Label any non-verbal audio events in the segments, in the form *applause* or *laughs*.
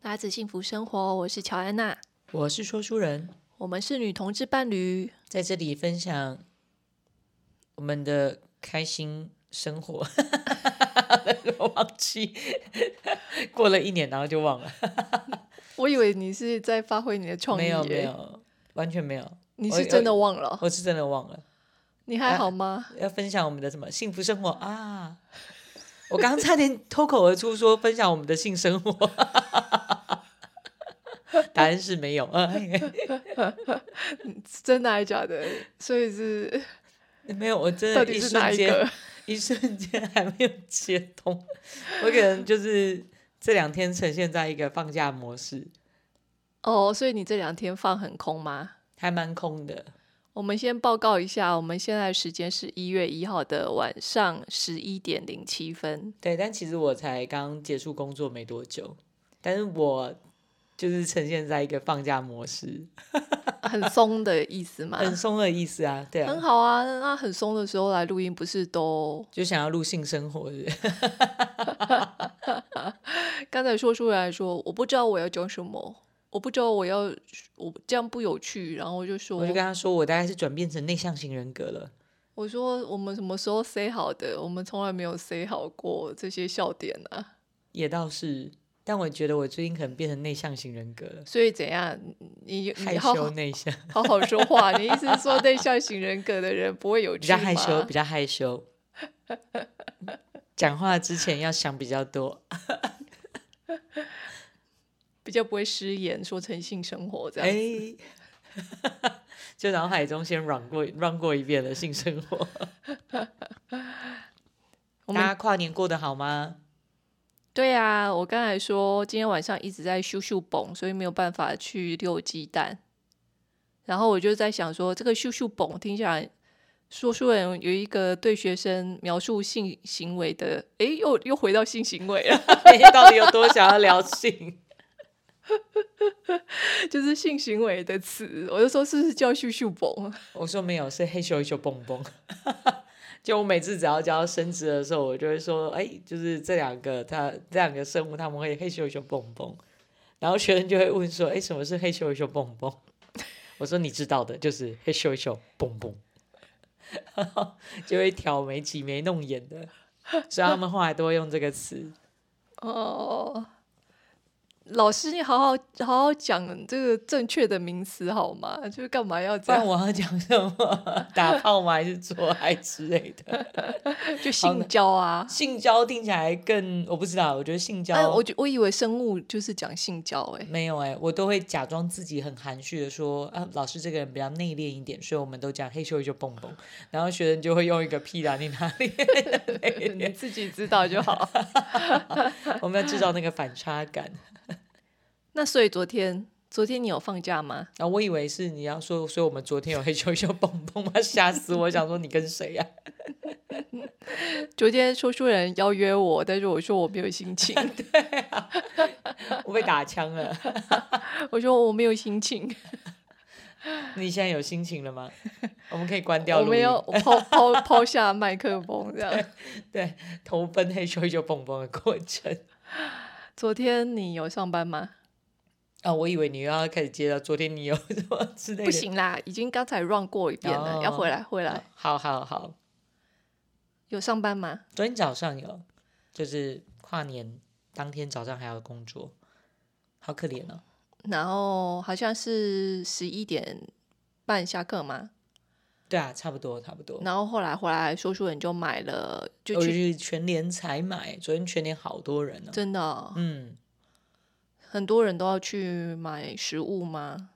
八字幸福生活，我是乔安娜，我是说书人，我们是女同志伴侣，在这里分享我们的开心生活。 *laughs* 我忘记，过了一年然后就忘了，我以为你是在发挥你的创意，没有没，有，完全没有，你是真的忘了，我是真的忘了。你还好吗？要分享我们的什么幸福生活啊！我刚刚差点脱口而出说分享我们的性生活， *laughs* 答案是没有。哎啊是真的还是假的？所以 *laughs* 是没有，我真到的底一是哪瞬一间个？一瞬间还没有接通，我可能就是这两天呈现在一个放假模式，哦，所以你这两天放很空吗？还蛮空的。我们先报告一下，我们现在时间是一月一号的晚上十一点零七分。对，但其实我才刚结束工作没多久，但是我就是呈现在一个放假模式，很松的意思嘛，很松的意思啊，对很啊，好啊。那很松的时候来录音，不是都就想要录性生活是不是刚才说出来说，我不知道我要讲什么，我不知道我要我这样不有趣，然后我就说，我就跟他说，我大概是转变成内向型人格了。我说我们什么时候 say 好的？我们从来没有 say 好过这些笑点啊，也倒是，但我觉得我最近可能变成内向型人格了，所以怎样？你害你好羞好内向，好好说话，你意思是说内向型人格的人不会有比趣较害羞，吗比？较害羞。讲话之前要想比较多，比较不会失言，说成性生活这样。哎， *laughs* 就脑海中先软过软过一遍了性生 *laughs* 活。我大们家跨年过得好吗？ *laughs* 对啊，我刚才说今天晚上一直在咻咻蹦，所以没有办法去遛鸡蛋。然后我就在想说，这个咻咻蹦听起来，说书人有一个对学生描述性行为的，诶，又又回到性行为了， *laughs* 每天到底有多想要聊性？就是性行为的词。我就说是不是叫咻咻蹦？我说没有，是嘿咻嘿咻蹦蹦。 *laughs* 就我每次只要教到生殖的时候，我就会说，哎，就是这两个它这两个生物，它们会嘿咻嘿咻蹦蹦。然后学生就会问说，哎，什么是嘿咻嘿咻蹦蹦？我说你知道的，就是嘿咻嘿咻蹦蹦。然后就会挑眉挤眉弄眼的，所以他们后来都会用这个词。哦，老师，你好好好好讲这个正确的名词好吗？就是干嘛要不这样？然我要讲什么？打炮吗？还是做爱之类的？就性交啊。性交听起来更，我不知道，我觉得性交、哎，我觉我以为生物就是讲性交、诶。没有哎、我都会假装自己很含蓄的说啊，老师这个人比较内敛一点，所以我们都讲嘿咻嘿咻蹦蹦，然后学生就会用一个屁啦你 *laughs* 哪里， *laughs* 你自己知道就好。我们要制造那个反差感。 *laughs* 那所以昨天，昨天你有放假吗？然后我以为是你要说，所以我们昨天有嘿咻嘿咻蹦蹦吗？吓死我，想说你跟谁啊呀、昨天说书人邀约我，但是我说我没有心 *laughs* 情，我被打枪了。我说我没有心情，你现在有心情了吗？我们可以关掉我录们音， *laughs* 要抛抛抛下麦克风这样。对，投奔嘿咻嘿咻蹦蹦的过程。昨天你有上班吗？啊，我以为你又要开始接到昨天你有什么之类的。不，行啦，已经刚才 run 过一遍了，哦要回来回来。好好好，有上班吗？昨天早上有，就是跨年当天早上还要工作，好可怜哦。然后好像是十一点半下课嘛，对啊，差不多差不多。然后后来回来，说书人就买了，就我就去去全联采买，昨天全联好多人哦。真的哦、嗯，很多人都要去买食物吗？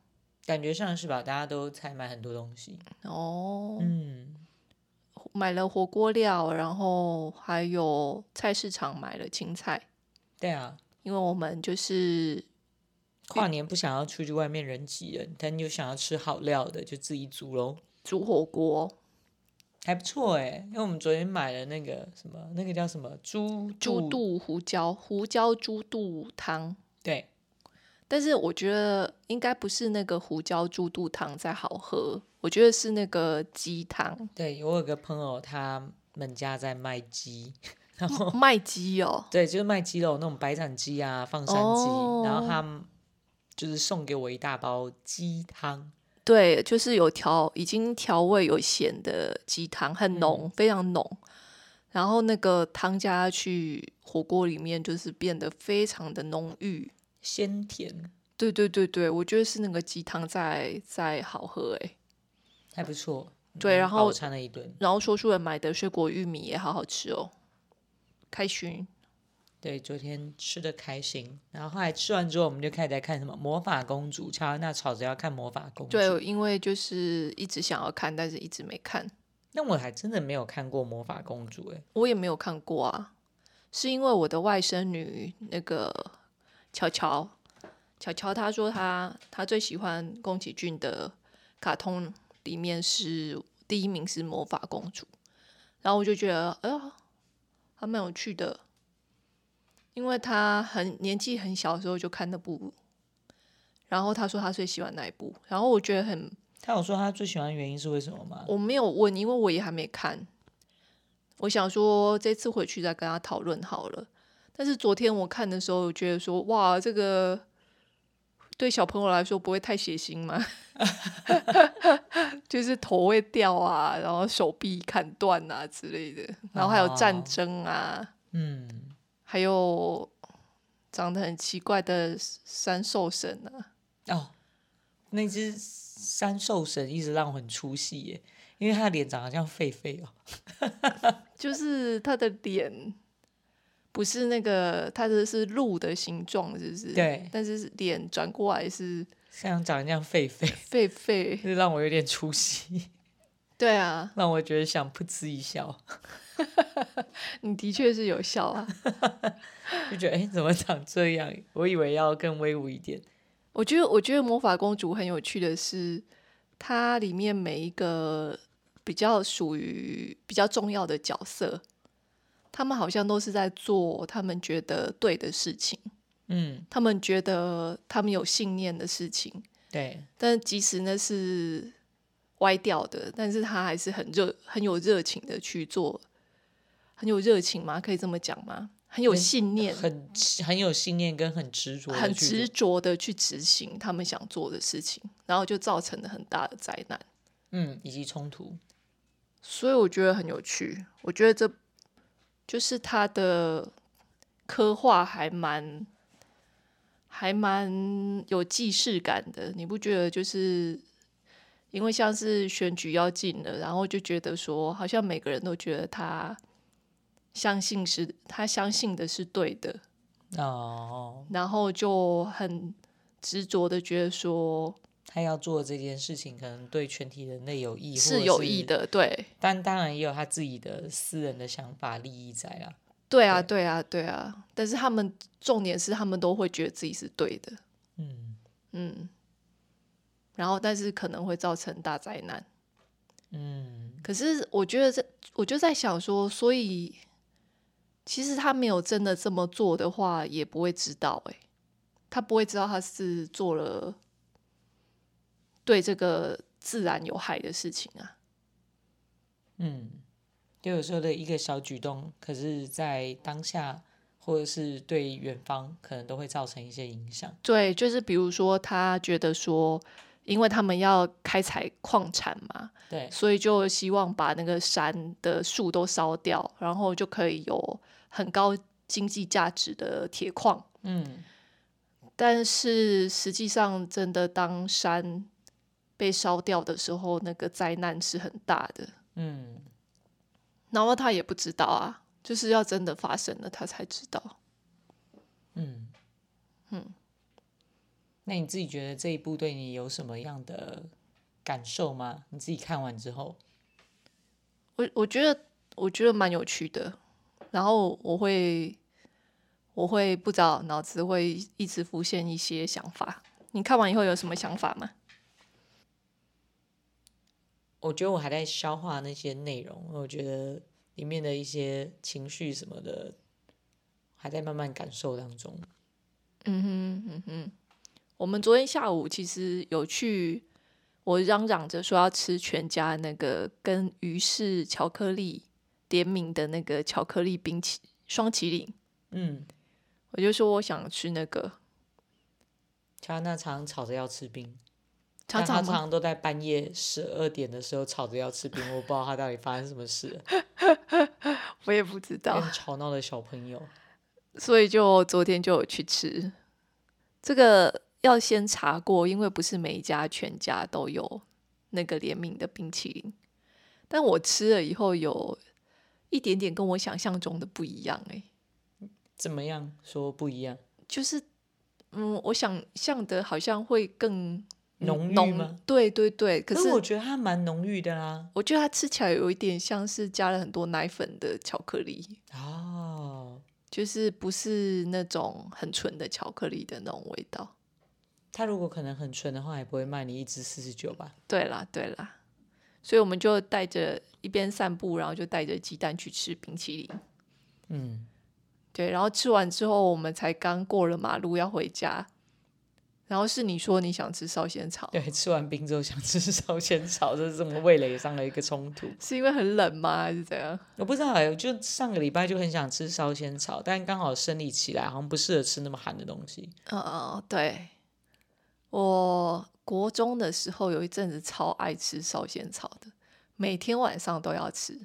感觉上是吧？大家都采买很多东西。哦，嗯，买了火锅料，然后还有菜市场买了青菜，对啊，因为我们就是跨年不想要出去外面人挤人，但又想要吃好料的，就自己煮喽。煮火锅，还不错哎，因为我们昨天买了那个什么，那个叫什么猪猪肚胡椒胡椒猪肚汤，对，但是我觉得应该不是那个胡椒猪肚汤才好喝，我觉得是那个鸡汤， *laughs* 对，我有个朋友，他们家在卖鸡，然后卖鸡哦，对，就是卖鸡肉那种白斩鸡啊，放山鸡，然哦后他们就是送给我一大包鸡汤，对，就是有调已经调味有咸的鸡汤，很浓，非常浓。然后那个汤加去火锅里面，就是变得非常的浓郁。鲜甜，对对对对，我觉得是那个鸡汤在在好喝哎、还不错。对嗯然后饱餐了一顿，然后说书人买的水果玉米也好好吃哦，开心。对，昨天吃的开心，然后后来吃完之后，我们就开始在看什么《魔法公主》，乔安娜吵着要看《魔法公主》，对，因为就是一直想要看，但是一直没看，那我还真的没有看过《魔法公主》哎，我也没有看过啊。是因为我的外甥女那个乔乔，乔乔她说她她最喜欢宫崎骏的卡通里面是第一名是魔法公主，然后我就觉得哎呀，还蛮有趣的，因为她很年纪很小的时候就看那部，然后她说她最喜欢哪一部，然后我觉得很她有说她最喜欢的原因是为什么吗？我没有问，因为我也还没看。我想说这次回去再跟他讨论好了。但是昨天我看的时候，我觉得说哇，这个对小朋友来说不会太血腥吗？ *laughs* 就是头会掉啊，然后手臂砍断啊之类的，然后还有战哦争啊，嗯，还有长得很奇怪的三兽神啊。哦，那只三兽神一直让我很出戏耶，因为她的脸长得像狒狒哦，就是他的脸不是那个，他的是鹿的形状，是不是？对但是脸转过来是像长得像狒狒， *laughs* 狒狒。就是让我有点出戏，对啊， *laughs* 让我觉得想噗嗤一笑， *laughs* 你的确是有笑啊。 *laughs* 就觉得哎、诶怎么长这样？我以为要更威武一点，我觉得，我觉得魔法公主很有趣的是，它里面每一个比较属于比较重要的角色，他们好像都是在做他们觉得对的事情，嗯，他们觉得他们有信念的事情。对，但即使那是歪掉的，但是他还是很热、很有热情的去做，很有热情吗？可以这么讲吗？很有嗯信念，很很有信念跟很执着，很执，着的去执行他们想做的事情，然后就造成了很大的灾难。嗯，以及冲突，所以我觉得很有趣，我觉得这就是他的刻画还蛮还蛮有既视感的，你不觉得？就是因为像是选举要近了，然后就觉得说，好像每个人都觉得他相信是他相信的是对的，哦，然后就很执着的觉得说他要做这件事情，可能对全体人类有益，或是者有益的，对。但当然也有他自己的私人的想法利益在啦。对啊，对啊，对啊。但是他们重点是，他们都会觉得自己是对的，嗯嗯。然后，但是可能会造成大灾难。嗯，可是，我觉得这，我就在想说，所以其实他没有真的这么做的话，也不会知道、欸，他不会知道他是做了对这个自然有害的事情啊。嗯，就有时候的一个小举动，可是在当下或者是对远方，可能都会造成一些影响。对，就是比如说，他觉得说，因为他们要开采矿产嘛，对，所以就希望把那个山的树都烧掉，然后就可以有很高经济价值的铁矿。嗯，但是实际上，真的当山被烧掉的时候，那个灾难是很大的。嗯，然后他也不知道啊，就是要真的发生了，他才知道。嗯，嗯，那你自己觉得这一部对你有什么样的感受吗？你自己看完之后，我我觉得我觉得蛮有趣的，然后我会我会不知道脑子会一直浮现一些想法。你看完以后有什么想法吗？我觉得我还在消化那些内容，我觉得里面的一些情绪什么的，还在慢慢感受当中。嗯哼，嗯哼，我们昨天下午其实有去，我嚷嚷着说要吃全家那个跟鱼翅巧克力联名的那个巧克力冰淇双麒麟，嗯，我就说我想吃那个，乔安娜常吵着要吃冰，常但她嗯常常吗常都在半夜十二点的时候吵着要吃冰，我不知道她到底发生什么事 *laughs* 了，我也不知道，跟吵闹的小朋友。所以就昨天就有去吃。这个要先查过，因为不是每一家全家都有那个联名的冰淇淋。但我吃了以后，有一点点跟我想象中的不一样、欸，怎么样说不一样？就是，嗯，我想象的好像会更浓郁吗嗯浓，对对对。可可是是我觉得它蛮浓郁的啦。我觉得它吃起来有一点像是加了很多奶粉的巧克力，哦，就是不是那种很纯的巧克力的那种味道。它如果可能很纯的话，也不会卖你一支四十九吧？对啦，对啦，所以我们就带着一边散步，然后就带着鸡蛋去吃冰淇淋。嗯，对，然后吃完之后，我们才刚过了马路要回家，然后是你说你想吃烧仙草，对，吃完冰之后想吃烧仙草，这是我们味蕾上的一个冲突。是因为很冷吗？还是怎样？我不知道哎，我就上个礼拜就很想吃烧仙草，但刚好生理期来，好像不适合吃那么寒的东西。嗯嗯，对，我国中的时候有一阵子超爱吃烧仙草的，每天晚上都要吃。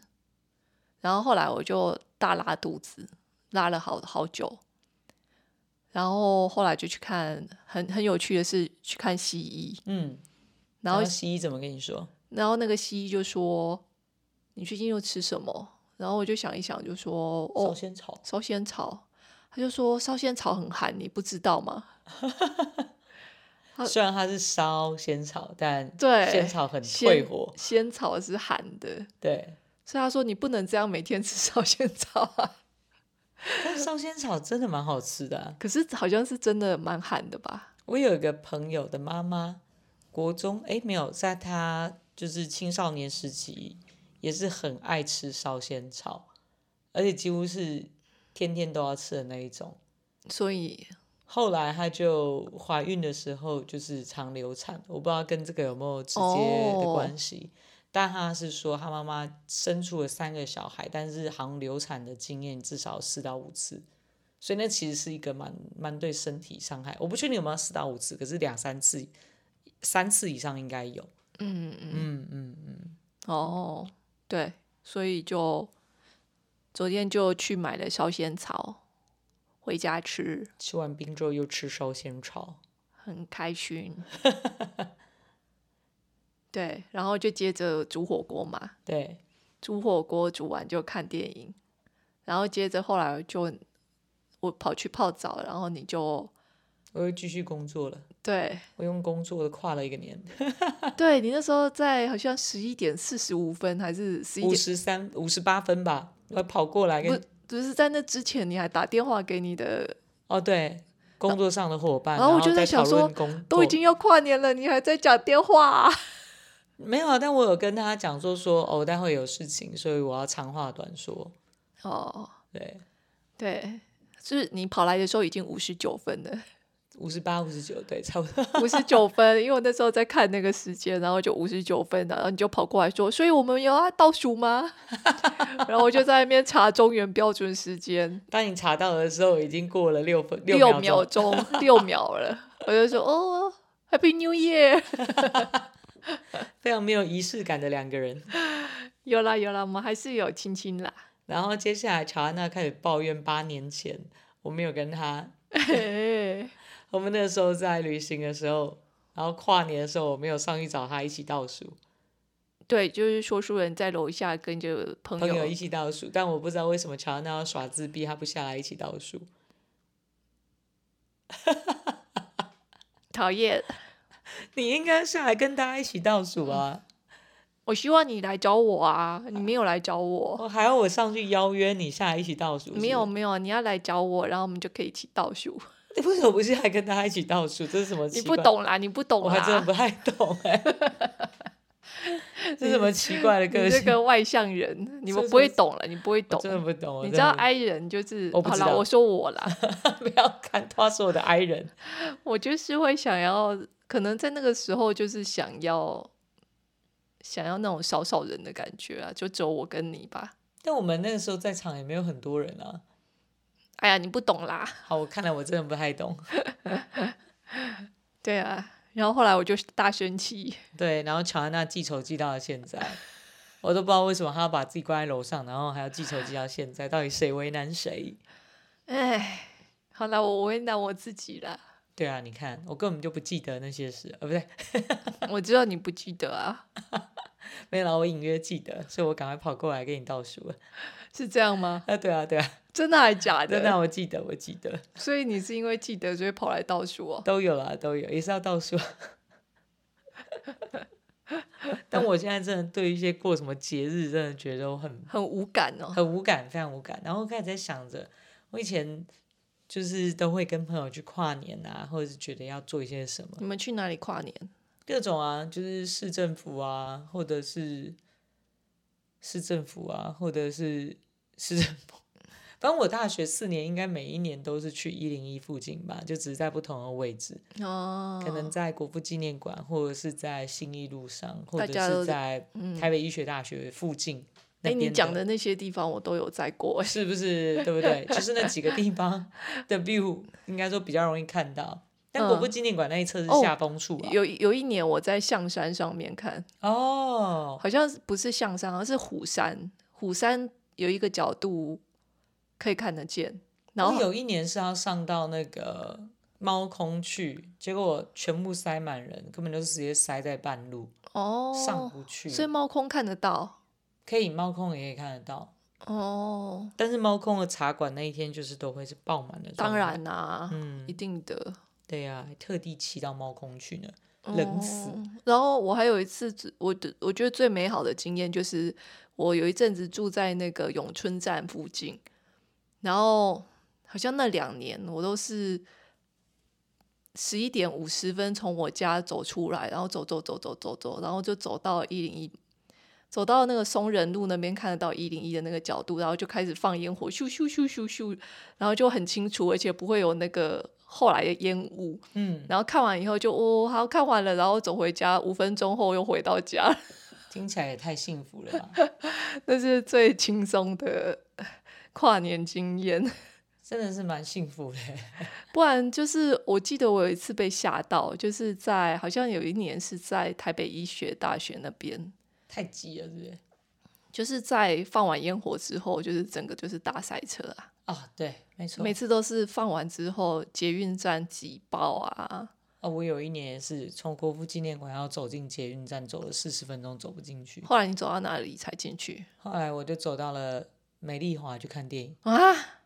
然后后来我就大拉肚子，拉了好好久。然后后来就去看，很很有趣的是去看西医，嗯，然后西医怎么跟你说？然后那个西医就说你最近又吃什么？然后我就想一想，就说哦，烧仙草，烧仙草，他就说烧仙草很寒，你不知道吗？虽然它是烧仙草，但呃对，仙草很仙退火。仙草是寒的，对，所以他说你不能这样每天吃烧仙草啊。 *laughs* 但烧仙草真的蛮好吃的啊、可是好像是真的蛮寒的吧？我有一个朋友的妈妈，国中诶，没有，在她就是青少年时期也是很爱吃烧仙草，而且几乎是天天都要吃的那一种。所以后来她就怀孕的时候就是常流产，我不知道跟这个有没有直接的哦关系。但她是说，她妈妈生出了三个小孩，但是好像流产的经验至少四到五次，所以那其实是一个蛮蛮对身体伤害。我不确定有没有四到五次，可是两三次，三次以上应该有。嗯嗯嗯嗯嗯，哦对，所以就昨天就去买了烧仙草回家吃，吃完冰之后又吃烧仙草，很开心。 *laughs* 对，然后就接着煮火锅嘛，对，煮火锅煮完就看电影，然后接着后来就我跑去泡澡，然后你就我又继续工作了。对我用工作跨了一个年，对，你那时候在好像十一点四十五分还是十一五点，十三、五十八分吧，我跑过来跟不就是在那之前你还打电话给你的，哦，对，工作上的伙伴，哦然后我就在在想讨说论工都已作经要跨年了，你还在讲电话 *laughs* 啊、没有啊，但我有跟他讲说说哦，待会有事情，所以我要长话短说。哦，对，对，就是你跑来的时候已经五十九分了。五十八、五十九，对，差不多。 *laughs* 五十九分，因为我那时候在看那个时间，然后就五十九分了，然后你就跑过来说，所以我们有要倒数吗？ *laughs* 然后我就在那边查中原标准时间，当你查到的时候，已经过了六分六秒秒钟。钟，六秒了，我就说哦，Happy New Year，非常没有仪式感的两个人。有啦有啦，我们还是有亲亲 *laughs* 啦，然后接下来，乔安娜开始抱怨八年前我没有跟她，嘿我们那时候在旅行的时候，然后跨年的时候，我没有上去找她一起倒数，对，就是说书人在楼下跟着朋朋友友一，起倒数，但我不知道为什么乔安娜要耍自闭，她不下来一起倒数。讨厌， *laughs* 你应该下来跟大家一起倒数啊！我希望你来找我啊，你没有来找我，我还要我上去邀约你下来一起倒数？是不哦是没有，没有，你要来找我，然后我们就可以一起倒数。你为什么不是还跟大家一起倒数？这是什么你奇怪？不，懂啦，你不懂我啦，还真的不太 *laughs* 懂哎、这是什么奇 *laughs* 怪的个你这性？个外向人，你这们是不会懂了，你不会 *laughs* 我懂。真的不懂，我你真知道的不 I 人就是，我不好知啦，道我说我啦， *laughs* 不要看他是我的 I 人，我就是会想要，可能在那个时候就是想要，想要那种少少人的感觉啊，就只有我跟你吧。但我们那个时候在场也没有很多人啊。哎呀，你不懂啦。好，我看来我真的不太懂。对啊，然后后来我就大生气，对，然后乔安娜记仇记到了现在，我都不知道为什么她要把自己关在楼上，然后还要记仇记到现在，到底谁为难谁？哎，好啦，我为难我自己 *laughs* 啦。对啊，你看，我根本就不记得那些事，呃，不对，我知道你不记得啊，没有啦，我隐约记得，所以我赶快跑过来给你倒数了。是这样吗？啊，对啊，对啊， *laughs* 真的还假的？真的啊，我记得，我记得，所以你是因为记得，所以跑来倒数哦。都有啦，都有，也是要倒数。 *laughs* 但我现在真的对一些过什么节日，真的觉得我很很无感 *laughs* 哦。很无感，非常无感。然后开始在想着，我以前就是都会跟朋友去跨年啊，或者是觉得要做一些什么，你们去哪里跨年？各种啊，就是市政府啊，或者是市政府啊，或者是市政府。反正我大学四年，应该每一年都是去一零一附近吧，就只是在不同的位置，哦，可能在国父纪念馆，或者是在信义路上，或大者家都嗯是在台北医学大学附近那哎，你边讲的那些地方我都有在过， *laughs* 是不是？对 *laughs* 不对？就是那几个地方的 view，应该说比较容易看到。但国父纪念馆那一侧是哦下风处啊。有有一年我在象山上面看，哦，好像是不是象山，好像是虎山。虎山有一个角度可以看得见，然我后有一年是要上到那个猫空去，结果全部塞满人，根本就直接塞在半路，哦，上不去。所以猫空看得到可以猫空也可以看得到，哦。但是猫空的茶馆那一天就是都会是爆满的。当，然啦、嗯一，定的，对呀、还特地骑到猫空去呢，冷死。哦然后我还有一次只，我的我觉得最美好的经验就是，我有一阵子住在那个永春站附近，然后好像那两年我都是十一点五十分从我家走出来，然后走走走走走走，然后就走到一零一。走到那个松仁路那边，看得到一零一的那个角度，然后就开始放烟火，咻咻咻咻咻，然后就很清楚，而且不会有那个后来的烟雾。嗯，然后看完以后就哦，好看完了，然后走回家，五分钟后又回到家， *laughs* 听起来也太幸福了吧。那是最轻松的跨年经验。真的是蛮幸福的。不然就是我记得我有一次被吓到，就是在好像有一年是在台北医学大学那边，太急了，是不是？就是在放完烟火之后，就是整个就是大塞车啊，啊，对，没错。每次都是放完之后捷运站挤爆啊，啊，我有一年也是从国父纪念馆要走进捷运站，走了四十分钟走不进去。后来你走到哪里才进去后来我就走到了美丽华去看电影。啊？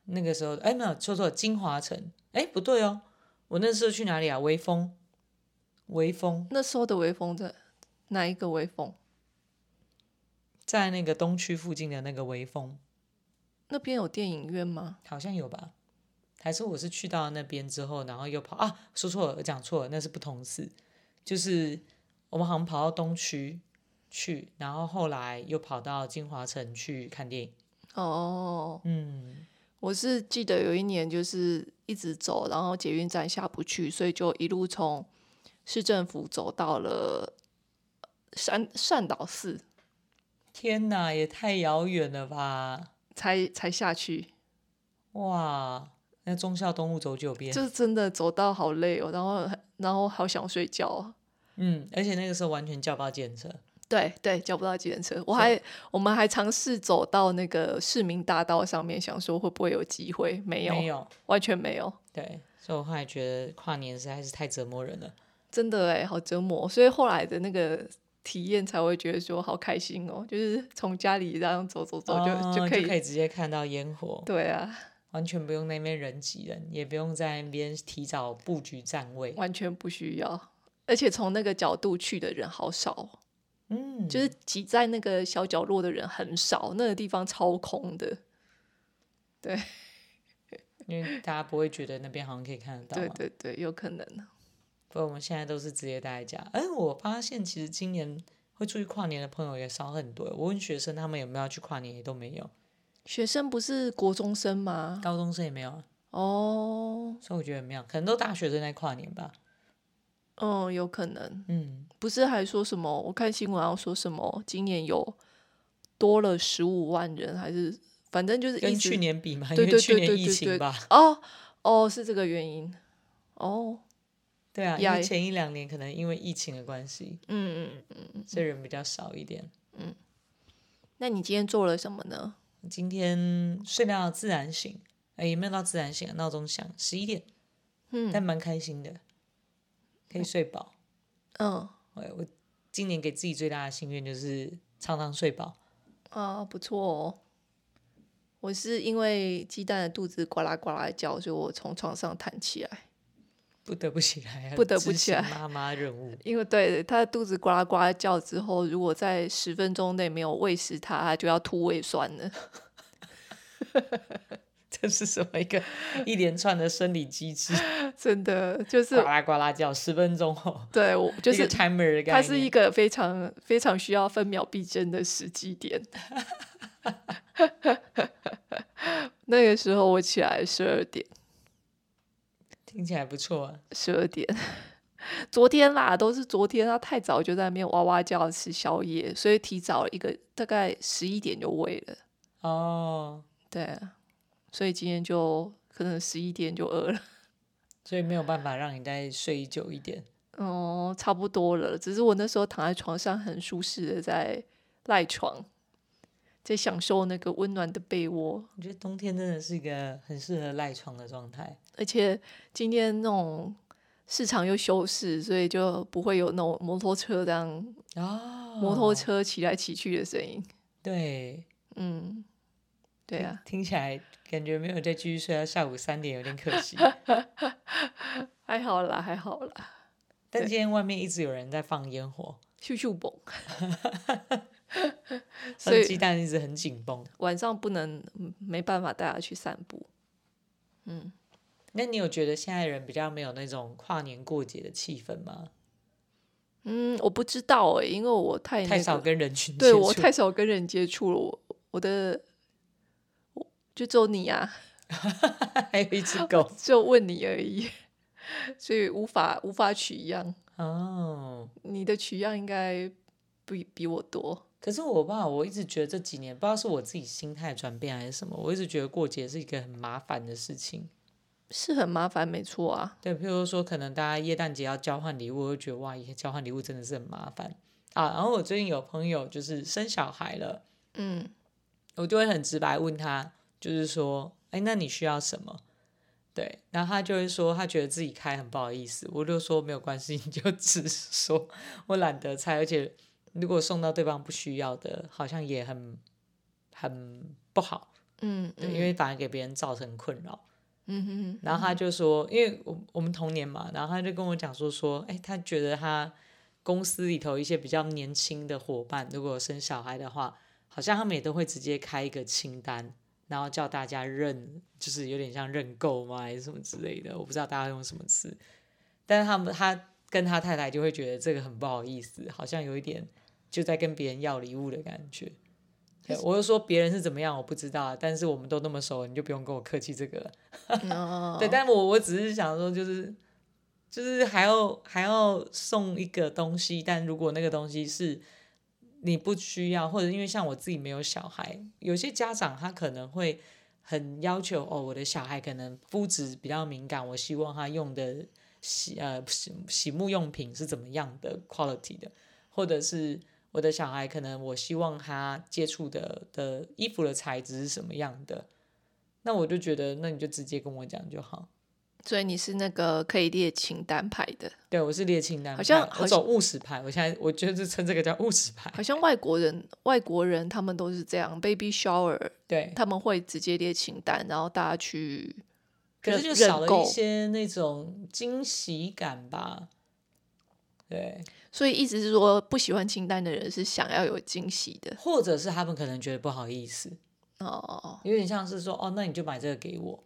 那个时候，哎，没有，说错，金华城。哎，不对哦，我那时候去哪里啊？微风，微风那时候的微风在哪一个微风？在那个东区附近的那个微风，那边有电影院吗？好像有吧？还是我是去到那边之后，然后又跑啊？说错了，讲错了，那是不同寺。就是我们好像跑到东区去，然后后来又跑到金华城去看电影。哦，嗯，我是记得有一年就是一直走，然后捷运站下不去，所以就一路从市政府走到了山善导寺，天哪，也太遥远了吧！才才下去，哇，那忠孝东路走九遍，就是真的走到好累哦，然后然后好想睡觉哦。嗯，而且那个时候完全叫不到检测。对对，叫不到计程车，我还我们还尝试走到那个市民大道上面，想说会不会有机会，没有，没有，完全没有。对，所以我后来觉得跨年实在是太折磨人了。真的哎，好折磨，所以后来的那个体验才会觉得说好开心哦，就是从家里这样走走走就、哦就可以，可以直接看到烟火，对啊，完全不用那边人挤人，也不用在那边提早布局站位。完全不需要。而且从那个角度去的人好少哦，嗯，就是挤在那个小角落的人很少，那个地方超空的。因为大家不会觉得那边好像可以看得到对嘛。对对，有可能。哦不过我们现在都是直接待在家。哎，我发现其实今年会出去跨年的朋友也少很多。我问学生他们有没有要去跨年，也都没有，学生不是国中生吗？高中生也没有啊，哦，所以我觉得很妙，可能都大学生在跨年吧。嗯，有可能。嗯，不是还说什么？我看新闻要说什么？今年有多了十五万人，还是反正就是一跟直去年比嘛，因对为对去对年对疫对情对吧，哦哦是这个原因哦，对啊，因呀为前一两年可能因为疫情的关系，嗯嗯嗯，所以人比较少一点。那你今天做了什么呢？今天睡到自然醒，哎，也没有到自然醒啊，闹钟响十一点，但嗯蛮开心的，可以睡饱。嗯哎，我今年给自己最大的心愿就是常常睡饱。啊，不错哦。我是因为鸡蛋的肚子呱啦呱啦叫，所以我从床上弹起来。不得不起来啊，不得不执起行来妈妈任务， *laughs* 因为对它的肚子呱啦呱啦叫之后，如果在十分钟内没有喂食它，它就要吐胃酸了。 *laughs* 这是什么一个一连串的生理 *laughs* 机制？真的就是呱啦呱啦叫，十分钟后，对我就一个是 timer 的概念。它是一个非常非常需要分秒必争的时机点。 *laughs* 那个时候我起来十二点，听起来不错啊，十二点。昨天啦，都是昨天，他太早就在那边哇哇叫吃宵夜，所以提早一个大概十一点就喂了。哦，对，啊所以今天就可能十一点就饿了。 *laughs* 所以没有办法让你再睡久一点。哦，差不多了。只是我那时候躺在床上很舒适的在赖床，在享受那个温暖的被窝。我觉得冬天真的是一个很适合赖床的状态。而且今天那种市场又休市，所以就不会有那种摩托车这样哦，摩托车骑来骑去的声音。 *laughs* 对，嗯，对啊，听起来感觉没有再继续睡到下午三点，有点 *laughs* 可惜。哎还好啦，还好啦，但今天外面一直有人在放烟火，咻咻蹦。所所以鸡以蛋一直很紧绷。晚上不能，嗯没办法带他去散步。那你有觉得现在人比较没有那种跨年过节的气氛吗？嗯，我不知道诶、因为我太、那太个少跟人群接对触，我太少跟人接触了，我我的我就只有你啊， *laughs* 还有一 *laughs* 只狗只有问你而已，所以无法无法取样。哦。你的取样应该比比我多，可是我爸，我一直觉得这几年不知道是我自己心态转变还是什么，我一直觉得过节是一个很麻烦的事情。是很麻烦，没错啊。对，譬如说，可能大家耶诞节要交换礼物，我就觉得哇，以前交换礼物真的是很麻烦啊。然后我最近有朋友就是生小孩了，嗯，我就会很直白问他，就是说，哎，那你需要什么？对，然后他就会说他觉得自己开很不好意思，我就说没有关系，你就只是说 *laughs* 我懒得拆，而且如果送到对方不需要的，好像也很很不好，嗯，对，嗯因为反而给别人造成困扰。嗯哼然后他就说，因为我我们同年嘛，然后他就跟我讲说说，哎，他觉得他公司里头一些比较年轻的伙伴，如果有生小孩的话，好像他们也都会直接开一个清单，然后叫大家认，就是有点像认购嘛，还是什么之类的，我不知道大家用什么词，但是他们他跟他太太就会觉得这个很不好意思，好像有一点就在跟别人要礼物的感觉。对我就说别人是怎么样我不知道啊，但是我们都那么熟了，你就不用跟我客气这个了。嗯哦，对，但我我只是想说，就是就是还要还要送一个东西，但如果那个东西是你不需要，或者因为像我自己没有小孩，有些家长他可能会很要求哦，我的小孩可能肤质比较敏感，我希望他用的洗呃洗洗沐用品是怎么样的 quality 的，或者是。我的小孩可能，我希望他接触的的衣服的材质是什么样的，那我就觉得，那你就直接跟我讲就好。所以你是那个可以列清单牌的，对，我是列清单派，好像好我像走务实派。我现在我就是称这个叫务实派。好像外国人外国人他们都是这样，baby shower 对，他们会直接列清单，然后大家去可认是就少认了购一些那种惊喜感吧。对，所以意思是说，不喜欢清单的人是想要有惊喜的或者是他们可能觉得不好意思，哦。有点像是说，哦，那你就买这个给我。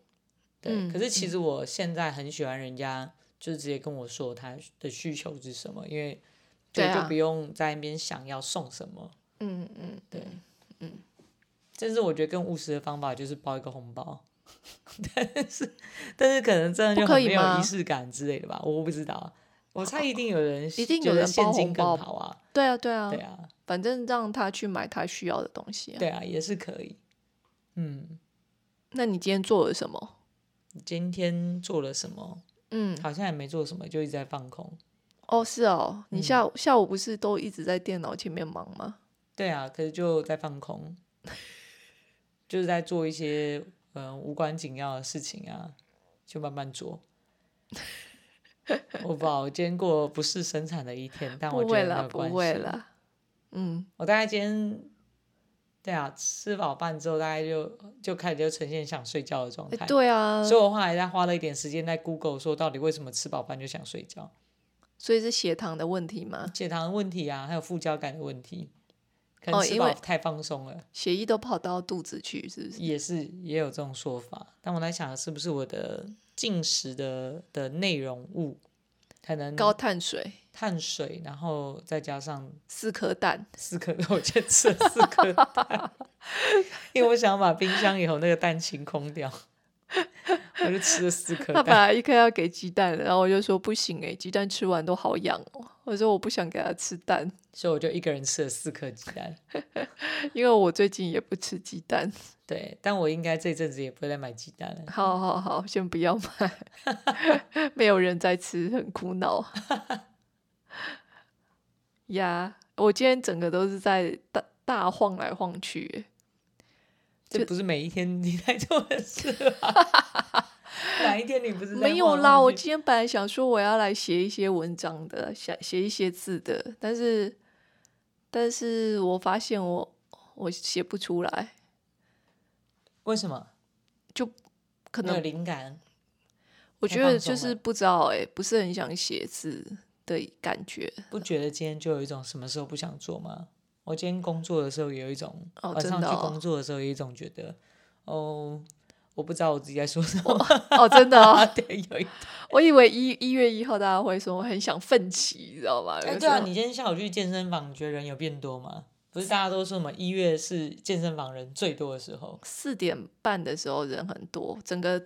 对，嗯可是其实我现在很喜欢人家就是直接跟我说他的需求是什么，因为就对啊就不用在那边想要送什么。嗯嗯，对，嗯，但是我觉得更务实的方法就是包一个红包， *laughs* 但是但是可能真的就不可很以没有吗仪式感之类的吧，我不知道啊。我猜一定有人哦一定觉有得人包现金红更包好啊，对啊，对啊，对啊，反正让他去买他需要的东西啊。对啊，也是可以。嗯，那你今天做了什么？今天做了什么？嗯，好像也没做什么，就一直在放空。哦，是哦，嗯你下午、下午不是都一直在电脑前面忙吗？对啊，可是就在放空， *laughs* 就是在做一些嗯无关紧要的事情啊，就慢慢做。我不知道，我今天过不是生产的一天，但我不觉会得没啦，有不关会系。啦。嗯，我大概今天，对啊，吃饱饭之后，大概就就开始就呈现想睡觉的状哎态。对啊，所以我后来再花了一点时间在 Google 说到底为什么吃饱饭就想睡觉，所以是血糖的问题吗？血糖的问题啊，还有副交感的问题，可哦能吃因饱为太放松了。血液都跑到肚子去，是不是？也是也有这种说法，但我在想，是不是我的进食的的内容物可能高碳水，碳水，然后再加上四颗蛋。四颗， *laughs* 我先吃了四颗蛋，因为我想把冰箱里头那个蛋清空掉，我就吃了四颗他本 *laughs* 蛋。来一颗要给鸡蛋的，然后我就说不行哎、鸡蛋吃完都好痒哦、我说我不想给他吃蛋，所以我就一个人吃了四颗鸡蛋，因为我最近也不吃鸡蛋。对，但我应该这阵子也不会再买鸡蛋了。好好好，先不要买， *laughs* 没有人在吃，很苦恼。呀，我今天整个都是在大大晃来晃去欸、这不是每一天你在做的事吧？ *laughs* 哪一天你不是在没有晃啦，来晃我去今天本来想说我要来写一些文章的，写写一些字的，但是，但是我发现我我写不出来，为什么可没有能灵感？我太觉放得就松是了不知道哎、不是很想写字的感觉。不觉得今天就有一种什么时候不想做吗？我今天工作的时候也有一种，哦晚真上的去哦工作的时候有一种觉得，哦，我不知道我自己在说什么，哦，真的、哦， *laughs* 对，有一，我以为一一月一号大家会说很想奋起，你知道吗？哎，有时对啊，候你今天下午去健身房，你觉得人有变多吗？不是大家都说什么一月是健身房人最多的时候，四点半的时候人很多，整个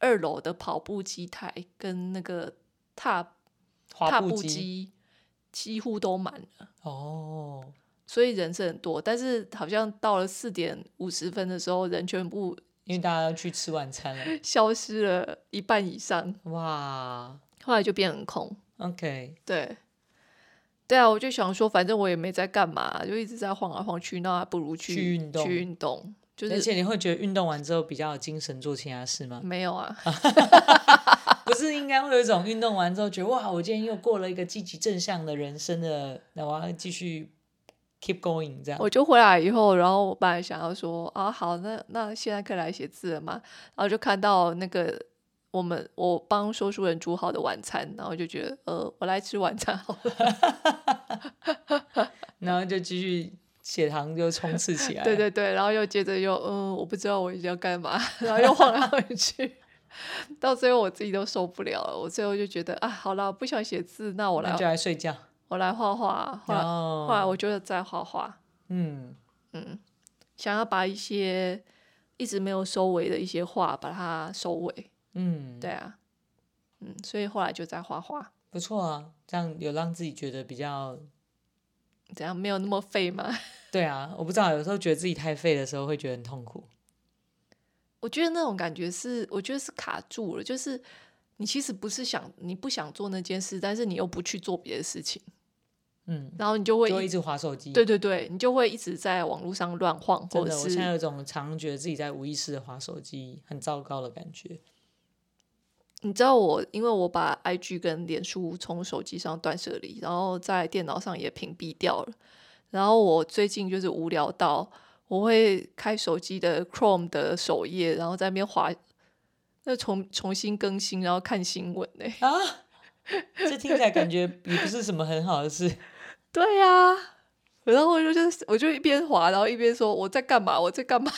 二楼的跑步机台跟那个踏滑踏步步机机几乎都满了，哦，所以人是很多。但是好像到了四点五十分的时候，人全部 *laughs* 因为大家要去吃晚餐 *laughs* 了，消失了一半以上，哇后来就变很空。 ，OK，对，对啊，我就想说，反正我也没在干嘛，就一直在晃来晃去，那还不如去去运动去运动，就而是且你会觉得运动完之后比较有精神做其他事吗？没有啊。 *laughs* 不是应该会有一种运动完之后觉得哇，我今天又过了一个积极正向的人生的，那我要继续 keep going 这样。我就回来以后，然后我本来想要说啊，好，那那现在可以来写字了嘛，然后就看到那个我们我帮说书人煮好的晚餐，然后就觉得呃，我来吃晚餐好了。然后就继续血糖就冲刺起来。 *laughs* 对， *laughs* 对对，然后又接着又嗯，我不知道我一定要干嘛，然后又晃来晃去， *laughs* 到最后我自己都受不了了，我最后就觉得啊，好了，不想写字，那我那来就哦来睡觉。我来画画，后然来后来后，我就在画画，嗯，想要把一些一直没有收尾的一些画把它收尾。嗯，对啊，嗯，所以后来就在画画，不错啊，这样有让自己觉得比较，怎样没有那么废吗？ *laughs* 对啊，我不知道，有时候觉得自己太废的时候会觉得很痛苦。我觉得那种感觉是，我觉得是卡住了，就是你其实不是想你不想做那件事，但是你又不去做别的事情，嗯，然后你就会就会一一直划手机。对，对对，你就会一直在网络上乱晃，真或者的，我现在是有种常觉得自己在无意识的划手机，很糟糕的感觉。你知道我，因为我把 IG 跟脸书从手机上断舍离，然后在电脑上也屏蔽掉了。然后我最近就是无聊到，我会开手机的 Chrome 的首页，然后在那边滑，那重重新更新，然后看新闻呢、 *laughs* 啊，这听起来感觉也不是什么很好的事。 *laughs* 对呀、然后我就就是我就一边滑，然后一边说我在干嘛，我在干嘛，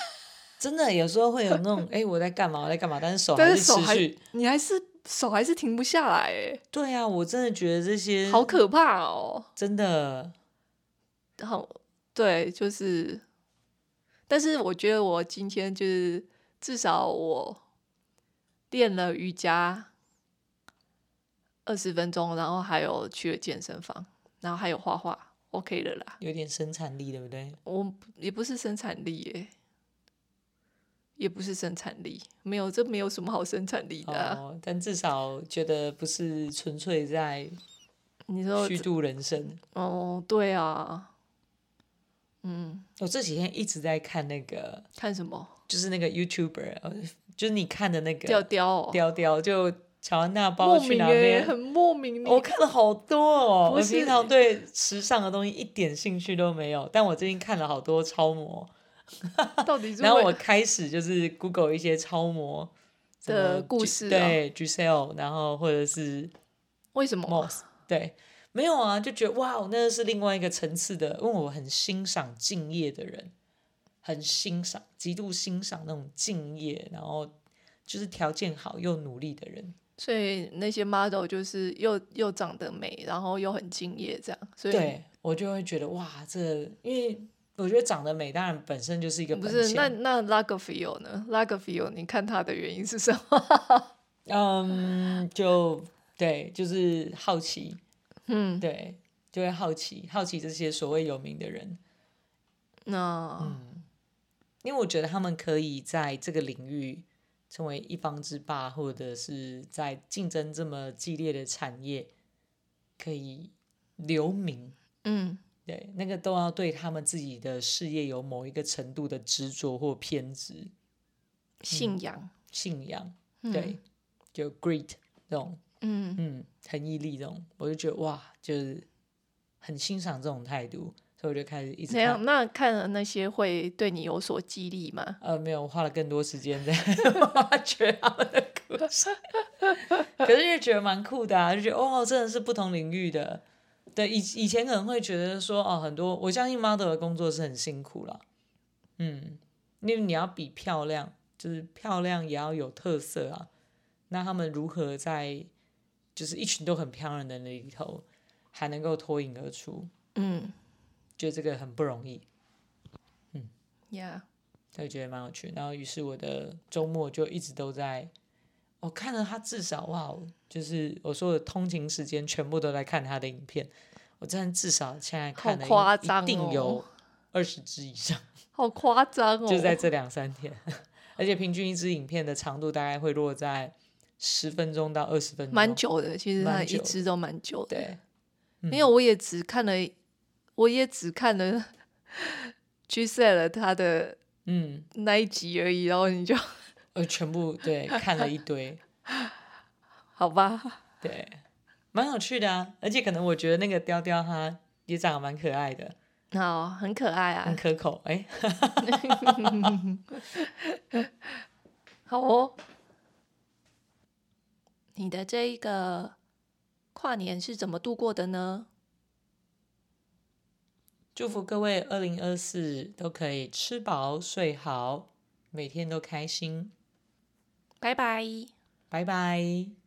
真的有时候会有那种，哎、我在干嘛？我在干嘛？但是手但还是手持还续。你还是手还是停不下来、欸，对啊，我真的觉得这些好可怕哦。真的，然后对，就是，但是我觉得我今天就是至少我练了瑜伽，二十分钟，然后还有去了健身房，然后还有画画，OK 了啦。有点生产力，对不对？我不也不是生产力耶、也不是生产力，没有，这没有什么好生产力的啊、哦，但至少觉得不是纯粹在你说虚度人生。哦，对啊，嗯，我这几天一直在看那个，看什么就是那个 YouTuber，呃就是你看的那调个调哦，雕雕，就乔安娜包莫去名哪耶、边？很莫名你。我看了好多哦，不我是平常对时尚的东西一点兴趣都没有，但我最近看了好多超模，到底是然后为我开始就是 Google 一些超模什的么故 Gi- 事哦对 Giselle，然后或者是为什么啊 Moss，对，没有啊，就觉得哇，那是另外一个层次的，因为我很欣赏敬业的人，很欣赏，极度欣赏那种敬业，然后就是条件好又努力的人。所以那些 model 就是又又长得美，然后又很敬业，这样，所以对我就会觉得哇，这因为我觉得长得美，当然本身就是一个不本是那钱。那拉格菲欧呢？拉格菲欧，你看他的原因是 *laughs* 什么？嗯，就对，就是好奇，嗯，对，就会好奇，好奇这些所谓有名的人， *laughs* 那、嗯因为我觉得他们可以在这个领域成为一方之霸，或者是在竞争这么激烈的产业可以留名。嗯对，那个都要对他们自己的事业有某一个程度的执着或偏执、信仰，信仰。嗯、对，，就 great 这种，嗯嗯，很毅力这种，我就觉得哇，就是很欣赏这种态度，所以我就开始一直怎看。样？那看了那些会对你有所激励吗？呃，没有，我花了更多时间在 *laughs* 挖掘他们的故事，可是就觉得蛮酷的啊，就觉得哦，真的是不同领域的。对，以以前可能会觉得说哦，很多我相信 model 的工作是很辛苦啦，嗯，因为你要比漂亮，就是漂亮也要有特色啊。那他们如何在就是一群都很漂亮的人里头，还能够脱颖而出，嗯觉得这个很不容易。呀所以觉得蛮有趣。然后于是我的周末就一直都在，我看了他至少哇，哦就是我说的通勤时间全部都在看他的影片。我真的至少现在看了好一夸张哦一定有二十支以上，好夸张哦！就在这两三天， *laughs* 而且平均一支影片的长度大概会落在十分钟到二十分钟，蛮久的，其实他嗯蛮一久直都蛮久的。对，嗯没有，我也只看了，我也只看了 *laughs* g i s e l 他的嗯，那一集而已，然后你就我全部对看了一堆，好吧， *laughs* 对，蛮有趣的啊，而且可能我觉得那个雕雕他也长得蛮可爱的，好，很可爱很啊，可口，哎、好哦。你的这一个跨年是怎么度过的呢？祝福各位二零二四都可以吃饱睡好，每天都开心，拜拜。拜拜。